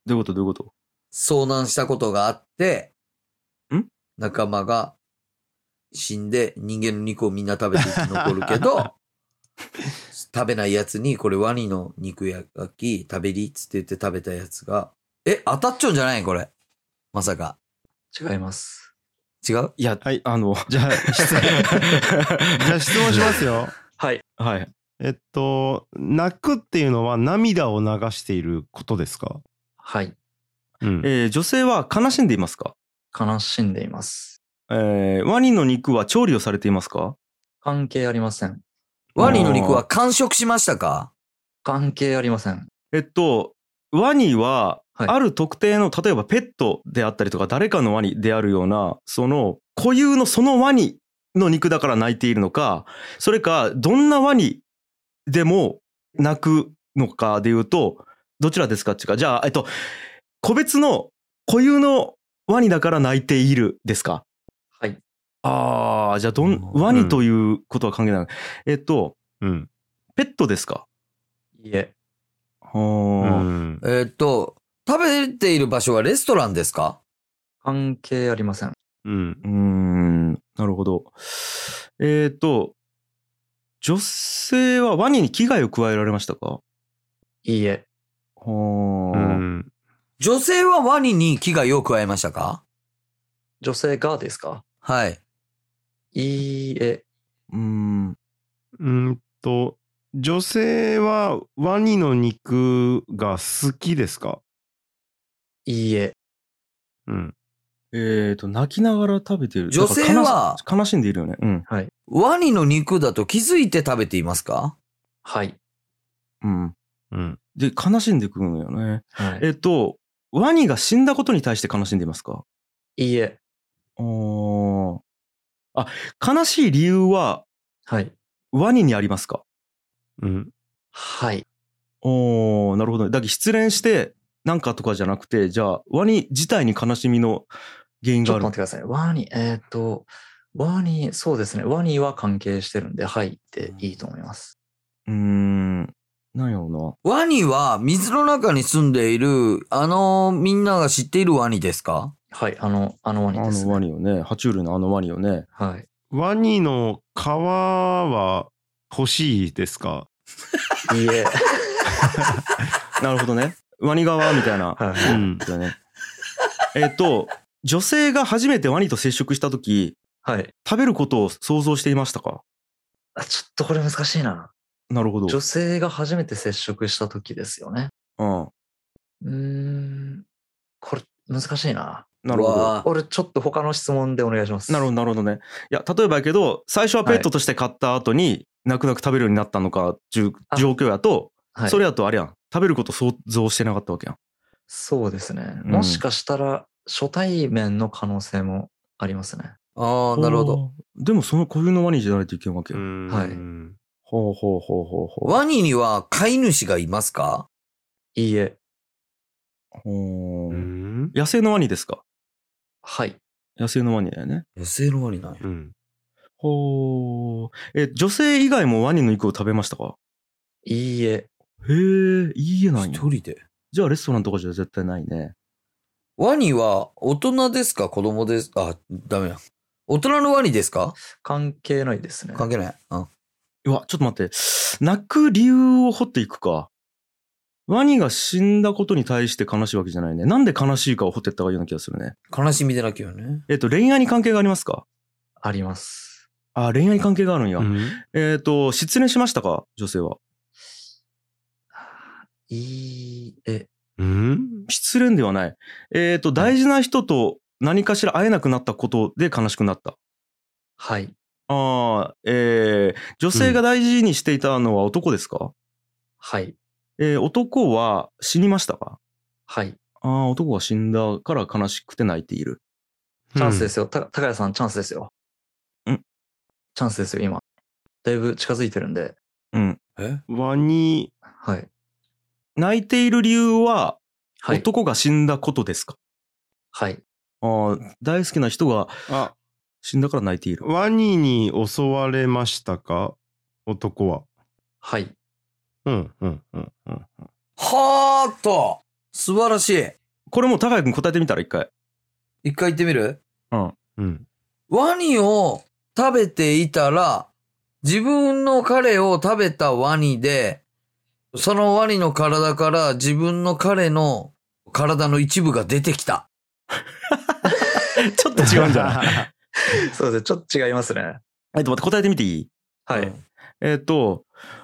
Speaker 1: どういうことどういうこと
Speaker 3: 遭難したことがあって、
Speaker 1: ん
Speaker 3: 仲間が死んで人間の肉をみんな食べて生き残るけど、食べないやつに、これワニの肉焼き食べりっつって言って食べたやつが、え、当たっちゃうんじゃないこれ。まさか。
Speaker 4: 違います。
Speaker 3: 違う
Speaker 1: いや、
Speaker 2: はい
Speaker 1: あ の、
Speaker 2: じゃあ質問 じゃあ質問しますよ
Speaker 4: はい。
Speaker 1: はい。
Speaker 2: えっと泣くっていうのは涙を流していることですか
Speaker 4: はい。
Speaker 2: うん
Speaker 1: えー女性は悲しんでいますか
Speaker 4: 悲しんでいます。
Speaker 1: えーワニの肉は調理をされていますか
Speaker 4: 関係ありません。
Speaker 3: ワニの肉は完食しましたか
Speaker 4: 関係ありません。
Speaker 1: えっと、ワニは、
Speaker 4: はい
Speaker 1: ある特定の、例えばペットであったりとか、誰かのワニであるような、その、固有のそのワニの肉だから泣いているのか、それか、どんなワニでも泣くのかで言うと、どちらですかっていうか、じゃあ、えっと、個別の固有のワニだから泣いているですか
Speaker 4: はい。
Speaker 1: ああ、じゃあ、どん、
Speaker 3: うん
Speaker 1: ワニということは関係ない。えっと、
Speaker 2: うん
Speaker 1: ペットですか
Speaker 4: いいえ。
Speaker 1: あー
Speaker 2: うん
Speaker 3: えーっと、食べている場所はレストランですか
Speaker 4: 関係ありません。
Speaker 2: うん
Speaker 1: うーん、なるほど。えっ、と、女性はワニに危害を加えられましたか
Speaker 4: いいえ。
Speaker 1: はー
Speaker 2: うん
Speaker 3: 女性はワニに危害を加えましたか
Speaker 4: 女性がですか
Speaker 3: はい。
Speaker 4: いいえ。
Speaker 1: うーん。
Speaker 2: うーんと、女性はワニの肉が好きですか
Speaker 4: いいえ。
Speaker 2: うん。
Speaker 1: えっ、と、泣きながら食べてる。
Speaker 3: 女性は
Speaker 1: なんか悲し悲しんでいるよね。うん。
Speaker 4: はい。
Speaker 3: ワニの肉だと気づいて食べていますか
Speaker 4: はい。
Speaker 1: うん。
Speaker 2: うん。
Speaker 1: で、悲しんでくるのよね。
Speaker 4: はい
Speaker 1: えっと、ワニが死んだことに対して悲しんでいますか
Speaker 4: いいえ。
Speaker 1: おーあ、悲しい理由は
Speaker 4: はい。
Speaker 1: ワニにありますか
Speaker 2: うん。
Speaker 4: はい。
Speaker 1: おーなるほどね。だけど失恋してなんかとかじゃなくて、じゃあワニ自体に悲しみの原因
Speaker 4: ちょ
Speaker 1: があ
Speaker 4: っと
Speaker 1: る
Speaker 4: 待って。ください。ワニ、えーっと、ワニ、そうですね。ワニは関係してるんで、はいっていいと思います。
Speaker 1: うーん。なんやろ
Speaker 3: ワニは水の中に住んでいる、あのみんなが知っているワニですか
Speaker 4: はい。あの、あのワ
Speaker 1: う
Speaker 4: ニ
Speaker 1: な。あ
Speaker 4: です、
Speaker 1: の
Speaker 4: ね。
Speaker 1: ワニよね。爬虫類のあのワニよね。
Speaker 4: はい。
Speaker 2: ワニの皮は欲しいですか
Speaker 4: いいえ。
Speaker 1: なるほどね。ワニ側みたいな。
Speaker 2: う
Speaker 4: はい。
Speaker 2: ん。
Speaker 1: だよね。えっと、女性が初めてワニと接触した時、
Speaker 4: はい。
Speaker 1: 食べることを想像していましたか
Speaker 4: あちょっとこれ難しいな。
Speaker 1: なるほど。
Speaker 4: 女性が初めて接触した時ですよね。
Speaker 1: うん。
Speaker 4: うーん。これ難しいな。
Speaker 1: なるほ
Speaker 3: う
Speaker 1: ど。
Speaker 3: わー
Speaker 4: 俺ちょっと他の質問でお願いします。
Speaker 1: なるほど、なるほどね。いや、例えばやけど、最初はペットとして飼った後に、泣く泣く食べるようになったのか、じゅ
Speaker 4: あ
Speaker 1: 状況やと、
Speaker 4: はい。
Speaker 1: それやとあれやん。食べること想像してなかったわけやん。
Speaker 4: そうですね。
Speaker 1: うん
Speaker 4: もしかしたら初対面の可能性もありますね。
Speaker 3: ああ、なるほど。
Speaker 1: あー。でもその固有のワニじゃないといけんわけ
Speaker 2: う
Speaker 1: よ。
Speaker 2: ん
Speaker 4: はい
Speaker 1: ほうほうほうほうほう。
Speaker 3: ワニには飼い主がいますか
Speaker 4: いいえ。
Speaker 1: ほう
Speaker 2: う。
Speaker 1: ん野生のワニですか
Speaker 4: はい。
Speaker 1: 野生のワニだよね。
Speaker 3: 野生のワニなんや。
Speaker 2: うん。
Speaker 1: ほう。え、女性以外もワニの肉を食べましたか
Speaker 4: いいえ。
Speaker 1: へえ、いいえなんや。
Speaker 3: 一人で。
Speaker 1: じゃあレストランとかじゃ絶対ないね。
Speaker 3: ワニは大人ですか子供ですあ、ダメや。大人のワニですか
Speaker 4: 関係ないですね。
Speaker 3: 関係ない。うん。
Speaker 1: うわ、ちょっと待って。泣く理由を掘っていくか。ワニが死んだことに対して悲しいわけじゃないね。なんで悲しいかを掘っていった方がいいような気がするね。
Speaker 3: 悲しみでなきゃね。
Speaker 1: えっ、と、恋愛に関係がありますか
Speaker 4: あります。
Speaker 1: あ、恋愛に関係があるんや。
Speaker 2: うん
Speaker 1: えっ、と、失恋しましたか女性は。
Speaker 4: いいえ。
Speaker 2: うん。
Speaker 1: 失恋ではない。えっ、と、大事な人と何かしら会えなくなったことで悲しくなった。
Speaker 4: はい。
Speaker 1: ああ、えー、女性が大事にしていたのは男ですか、
Speaker 4: はい。
Speaker 1: えー男は死にましたか
Speaker 4: はい。
Speaker 1: ああ、男が死んだから悲しくて泣いている。
Speaker 4: チャンスですよ。た高谷さん、チャンスですよ。
Speaker 1: ん
Speaker 4: チャンスですよ、今。だいぶ近づいてるんで。
Speaker 1: うん。
Speaker 3: え
Speaker 2: ワニ、
Speaker 4: はい。
Speaker 1: 泣いている理由は、
Speaker 4: はい。
Speaker 1: 男が死んだことですか、
Speaker 4: はい。
Speaker 1: ああ、大好きな人が
Speaker 2: あ、
Speaker 1: 死んだから泣いている。
Speaker 2: ワニに襲われましたか男は。
Speaker 4: はい。
Speaker 2: うん、うん、うん、うん。
Speaker 3: はーっと素晴らしい。
Speaker 1: これもう高谷君答えてみたら一回。
Speaker 3: 一回言ってみる
Speaker 2: うん。
Speaker 3: ワニを食べていたら、自分の彼を食べたワニで、そのワニの体から自分の彼の体の一部が出てきた。
Speaker 1: ちょっと違うんじゃない
Speaker 2: い
Speaker 4: そうですね。ちょっと違いますね。
Speaker 1: えっと、待って、答えてみていい
Speaker 4: はい。
Speaker 3: うん
Speaker 1: えっ、と、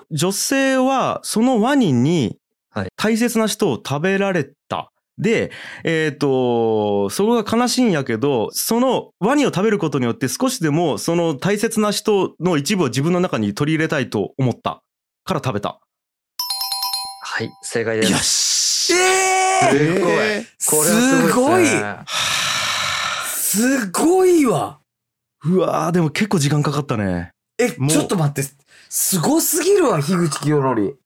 Speaker 1: 女性はそのワニに
Speaker 4: はい
Speaker 1: 大切な人を食べられた。で、えっ、と、そこが悲しいんやけど、そのワニを食べることによって少しでもその大切な人の一部を自分の中に取り入れたいと思ったから食べた。
Speaker 4: はい。正解です。
Speaker 1: よし
Speaker 3: えー、
Speaker 4: すごい。これはす
Speaker 3: す
Speaker 4: ご
Speaker 3: ご
Speaker 4: い
Speaker 3: い
Speaker 4: ですね。
Speaker 3: すごいわ
Speaker 1: うわー、でも結構時間かかったね。
Speaker 3: え、
Speaker 2: もう
Speaker 3: ちょっと待って。すごすぎるわ、樋口清則。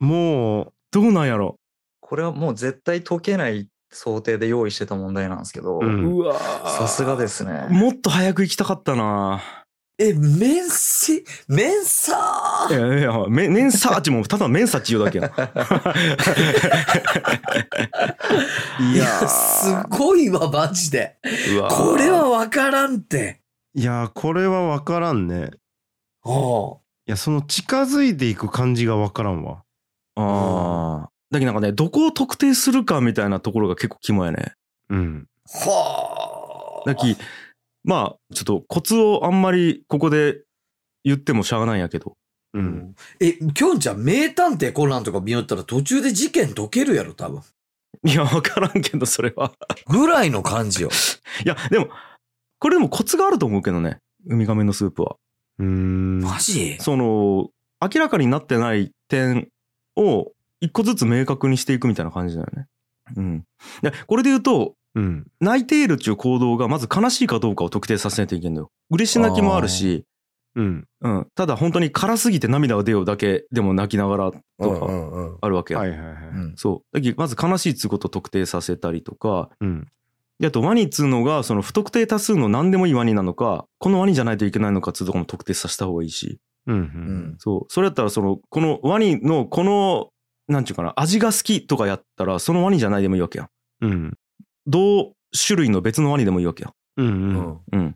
Speaker 2: もう、
Speaker 1: どうなんやろ
Speaker 4: これはもう絶対解けない想定で用意してた問題なんですけど、
Speaker 2: うん
Speaker 1: うわ
Speaker 4: さすがですね。
Speaker 1: もっと早く行きたかったな
Speaker 3: え、メンシ、メンサ
Speaker 1: い
Speaker 3: ー
Speaker 1: やいや、メメンサーチもただメンサーチ言うだけやん。
Speaker 3: い
Speaker 1: いやー
Speaker 3: や、 すごいわ、マジで。
Speaker 1: うわー
Speaker 3: これはわからんって。
Speaker 2: いやー、これはわからんね。
Speaker 3: お
Speaker 2: いや、その近づいていく感じがわからんわ。
Speaker 1: ああ。だけどなんかね、どこを特定するかみたいなところが結構肝やね。
Speaker 2: うん。
Speaker 3: はあ。
Speaker 1: だき、まあ、ちょっとコツをあんまりここで言ってもしゃあないんやけど。
Speaker 2: う。
Speaker 3: うんんえ、きょんちゃん、名探偵コナンとか見よったら途中で事件解けるやろ、多分。
Speaker 1: いや、わからんけど、それは。
Speaker 3: ぐらいの感じよ。
Speaker 1: いや、でも、これでもコツがあると思うけどね。ウミガメのスープは。
Speaker 2: うーん。
Speaker 3: マジ
Speaker 1: その明らかになってない点を一個ずつ明確にしていくみたいな感じだよね。うん、でこれで言うと
Speaker 2: うん。
Speaker 1: 泣いているっていう行動がまず悲しいかどうかを特定させないといけないんだよ。嬉し泣きもあるし
Speaker 2: うん。
Speaker 1: うん、ただ本当に辛すぎて涙が出ようだけでも泣きながら
Speaker 3: う
Speaker 1: と
Speaker 3: んう
Speaker 1: か
Speaker 3: んうん
Speaker 1: あるわけや、
Speaker 2: はいはいは
Speaker 3: う
Speaker 2: い。
Speaker 3: ん。
Speaker 1: そうだけどまず悲しいっつうことを特定させたりとか
Speaker 2: うん。
Speaker 1: であとワニっつうのがその不特定多数の何でもいいワニなのかこのワニじゃないといけないのかっつうとこも特定させた方がいいし
Speaker 2: うん。う。
Speaker 3: うんん。
Speaker 1: そう。それやったら、その、このワニの、この、なんちゅうかな、味が好きとかやったら、そのワニじゃないでもいいわけや。
Speaker 2: うん。
Speaker 1: 同種類の別のワニでもいいわけや。
Speaker 2: うん。
Speaker 3: う
Speaker 2: うん。
Speaker 3: ん。
Speaker 1: うん。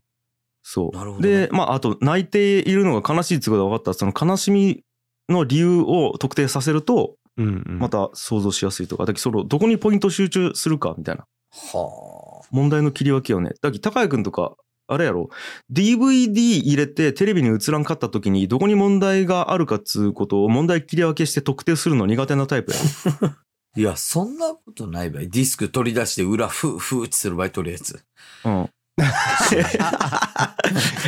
Speaker 1: そう。
Speaker 3: なるほどね
Speaker 1: で、まあ、あと、泣いているのが悲しいってことが分かったら、その悲しみの理由を特定させると、
Speaker 2: うん。うん
Speaker 1: ま。た想像しやすいとか、だけどその、どこにポイントを集中するか、みたいな。
Speaker 3: は
Speaker 1: 問題の切り分けよね。だけど高谷くんとか、あれやろ、DVD 入れてテレビに映らんかった時に、どこに問題があるかっつうことを問題切り分けして特定するの苦手なタイプやろ。
Speaker 3: あ。いや、そんなことないばい。ディスク取り出して裏、ふー、ふーってする場合取るやつ。
Speaker 1: うん。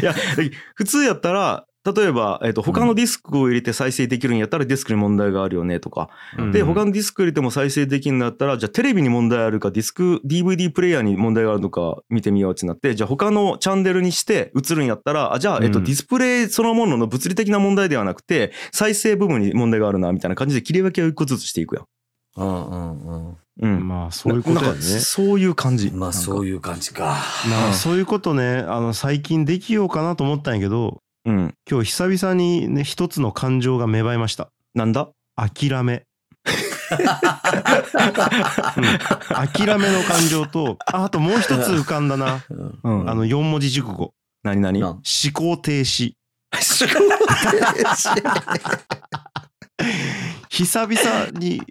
Speaker 1: いや、だけど普通やったら、例えば、えっと他のディスクを入れて再生できるんやったらディスクに問題があるよねとか。
Speaker 2: うん
Speaker 1: で、他のディスク入れても再生できるんだったら、じゃあテレビに問題あるか、ディスク、DVD プレイヤーに問題があるのか見てみようってなって、じゃあ他のチャンネルにして映るんやったら、あじゃあ、えっと、
Speaker 2: うん
Speaker 1: ディスプレイそのものの物理的な問題ではなくて、再生部分に問題があるな、みたいな感じで切り分けを一個ずつしていくやん。
Speaker 3: うんうんうん。
Speaker 1: うん。
Speaker 2: まあ、そういうことだ
Speaker 1: な
Speaker 2: よ
Speaker 1: なん
Speaker 2: ね
Speaker 1: か。そういう感じ。
Speaker 3: まあ、そう
Speaker 1: いう。
Speaker 3: いう感じか。
Speaker 2: まあ、そういうことね、あの、最近できようかなと思ったんやけど、
Speaker 1: うん。
Speaker 2: 今日久々にね、一つの感情が芽生えました。
Speaker 1: なんだ
Speaker 2: 諦 め。うん諦めの感情と、ああともう一つ浮かんだな。
Speaker 3: うん
Speaker 1: うん
Speaker 2: あの、四文字熟語。
Speaker 1: 何何
Speaker 3: な
Speaker 2: 思考停止。久々に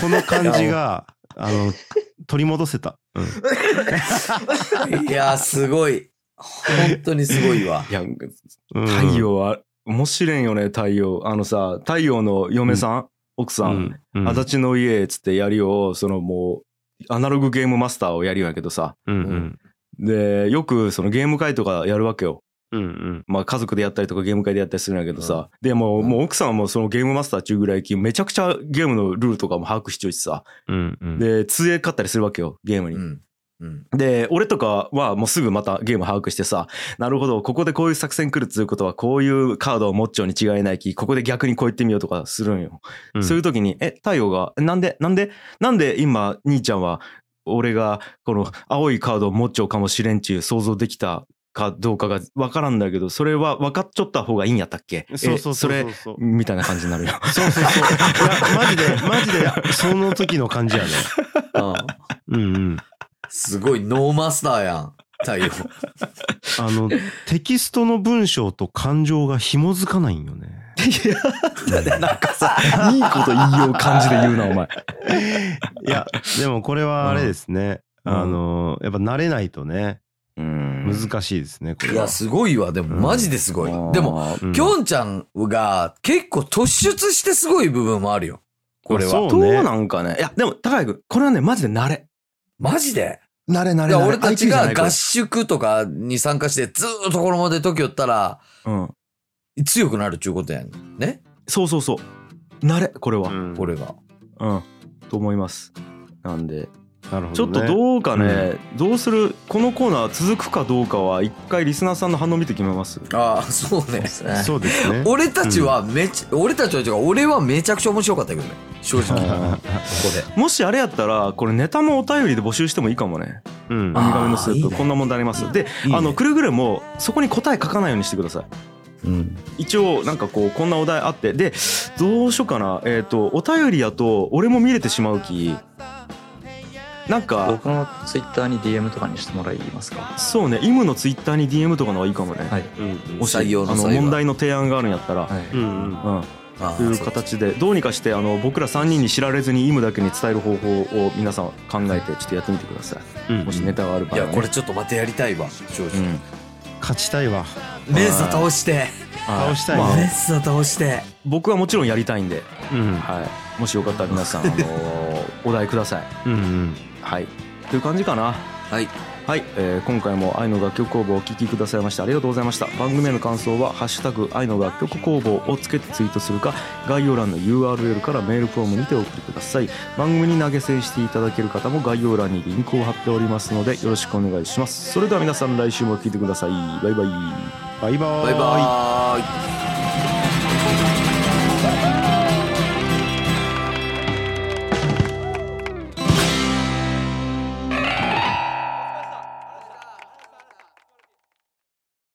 Speaker 2: この感じがあの取り戻せた、うん
Speaker 3: いや、すごい。本当にすごいわ。
Speaker 1: いや、
Speaker 2: うん
Speaker 1: 太陽は、面白いよね、太陽。あのさ、太陽の嫁さん、奥さん
Speaker 2: うん
Speaker 1: 足立の家っつってやりをそのもうアナログゲームマスターをやるんやけどさ
Speaker 2: うんうん
Speaker 1: でよくそのゲーム会とかやるわけよ
Speaker 2: うんうん
Speaker 1: まあ家族でやったりとかゲーム会でやったりするんやけどさ、でもう
Speaker 3: うん
Speaker 1: もう奥さんはもうそのゲームマスター中ぐらいきめちゃくちゃゲームのルールとかも把握しちゃうしさ
Speaker 2: うんうん
Speaker 1: で通訳買ったりするわけよゲーム
Speaker 3: う
Speaker 1: に、
Speaker 3: ん。うん。
Speaker 1: で俺とかはもうすぐまたゲーム把握してさなるほどここでこういう作戦来るっつうことはこういうカードを持っちゃうに違いないきここで逆にこう言ってみようとかするんよ
Speaker 2: うん
Speaker 1: そういう時に、え、太陽が、なんで、なんで、なんで今、兄ちゃんは、俺が、この青いカードを持っちゃうかもしれんちゅう想像できたかどうかがわからんだけど、それは分かっちゃった方がいいんやったっけ
Speaker 2: そうそうそう
Speaker 1: えそ
Speaker 2: そ
Speaker 1: うれ、
Speaker 2: そう
Speaker 1: みたいな感じになるよ。
Speaker 2: そうそうそういやマジでマジでその時の感じやね
Speaker 3: うん
Speaker 2: うんうん
Speaker 3: すごい、ノーマスターやん。太陽。
Speaker 2: あのテキストの文章と感情が紐づかないんよね
Speaker 1: いや、なんかさ、 いいこと言いよう感じで言うな、お 前。
Speaker 2: いやでもこれはあれですね、
Speaker 1: うん
Speaker 2: あのやっぱ慣れないとね
Speaker 1: うん。
Speaker 2: 難しいですねこ
Speaker 3: い
Speaker 2: れは
Speaker 3: や、すごいわ。でも、
Speaker 2: うん
Speaker 3: マジですごい。でも、
Speaker 1: も、
Speaker 2: うん
Speaker 3: きょんちゃんが結構突出してすごい部分もあるよ。これ
Speaker 2: あそ
Speaker 3: は。
Speaker 1: ど
Speaker 2: うね
Speaker 1: うなんかね。いや、でも、高井君、これはね、マジで慣れ。
Speaker 3: マジで
Speaker 1: 慣れ慣
Speaker 3: い
Speaker 1: れ慣
Speaker 3: や
Speaker 1: れ。
Speaker 3: 俺たち
Speaker 1: IQ じゃな
Speaker 3: が
Speaker 1: いこれ
Speaker 3: 合宿とかに参加してずーっとこのままで時寄ったら
Speaker 1: うん。
Speaker 3: 強くなるっちゅうことやん。ね
Speaker 1: そうそうそう。慣れ、これは。
Speaker 2: うん
Speaker 3: これが。
Speaker 1: うん。と思います。なんで、
Speaker 2: なるほどね
Speaker 1: ちょっとどうかね、どうするこのコーナー続くかどうかは一回リスナーさんの反応見て決めます
Speaker 3: ああ、そうね
Speaker 4: で。すね。
Speaker 2: そうですね。
Speaker 3: 俺たちはめち、俺たちは違う、俺はめちゃくちゃ面白かったけどね。正直、ここで。
Speaker 1: もしあれやったらこれネタもお便りで募集してもいいかもね
Speaker 2: うん
Speaker 1: 「ウミガメのス
Speaker 3: あーいい
Speaker 1: ープ」
Speaker 3: ね
Speaker 1: こんな問題ありますで
Speaker 3: いい ね
Speaker 1: あのくれぐれもそこに答え書かないようにしてください
Speaker 3: うん。
Speaker 1: 一応なんかこうこんなお題あってでどうしようかなえっ、とお便りやと俺も見れてしまうきなんか
Speaker 4: 僕のツイッターに DM とかにしてもらいますか。
Speaker 1: そうねイムのツイッターに DM とかのはいいかもね、
Speaker 4: はい。
Speaker 1: もしあ
Speaker 3: 採用の
Speaker 1: の
Speaker 3: 際は
Speaker 1: 問題の提案があるんやったら、
Speaker 4: はい。
Speaker 2: うんうん
Speaker 1: うん
Speaker 3: ああ
Speaker 1: という形でどうにかしてあの僕ら3人に知られずにイムだけに伝える方法を皆さん考えてちょっとやってみてください
Speaker 2: うん
Speaker 1: もしネタがある場
Speaker 3: い
Speaker 1: 合
Speaker 3: や、
Speaker 1: は、ね、
Speaker 3: これちょっとまたやりたいわ、正
Speaker 1: う
Speaker 3: 直。
Speaker 1: ん
Speaker 2: 勝ちたいわ。
Speaker 3: メッサ倒して、
Speaker 2: 倒したい
Speaker 1: ま
Speaker 2: ね
Speaker 1: あ
Speaker 3: メッサ倒して。
Speaker 1: 僕はもちろんやりたいんで、
Speaker 2: うん
Speaker 1: はい、もしよか ったら皆さん、あのーお題ください
Speaker 2: うんうん。
Speaker 1: はいという感じかな
Speaker 3: はい。
Speaker 1: はい、えー今回も愛の楽曲工房をお聴きくださいましてありがとうございました番組への感想は「ハッシュタグ愛の楽曲工房」をつけてツイートするか概要欄の URL からメールフォームにてお送りください番組に投げ銭していただける方も概要欄にリンクを貼っておりますのでよろしくお願いしますそれでは皆さん来週も聴いてくださいバイバイ
Speaker 2: バイバー
Speaker 3: バイバーイ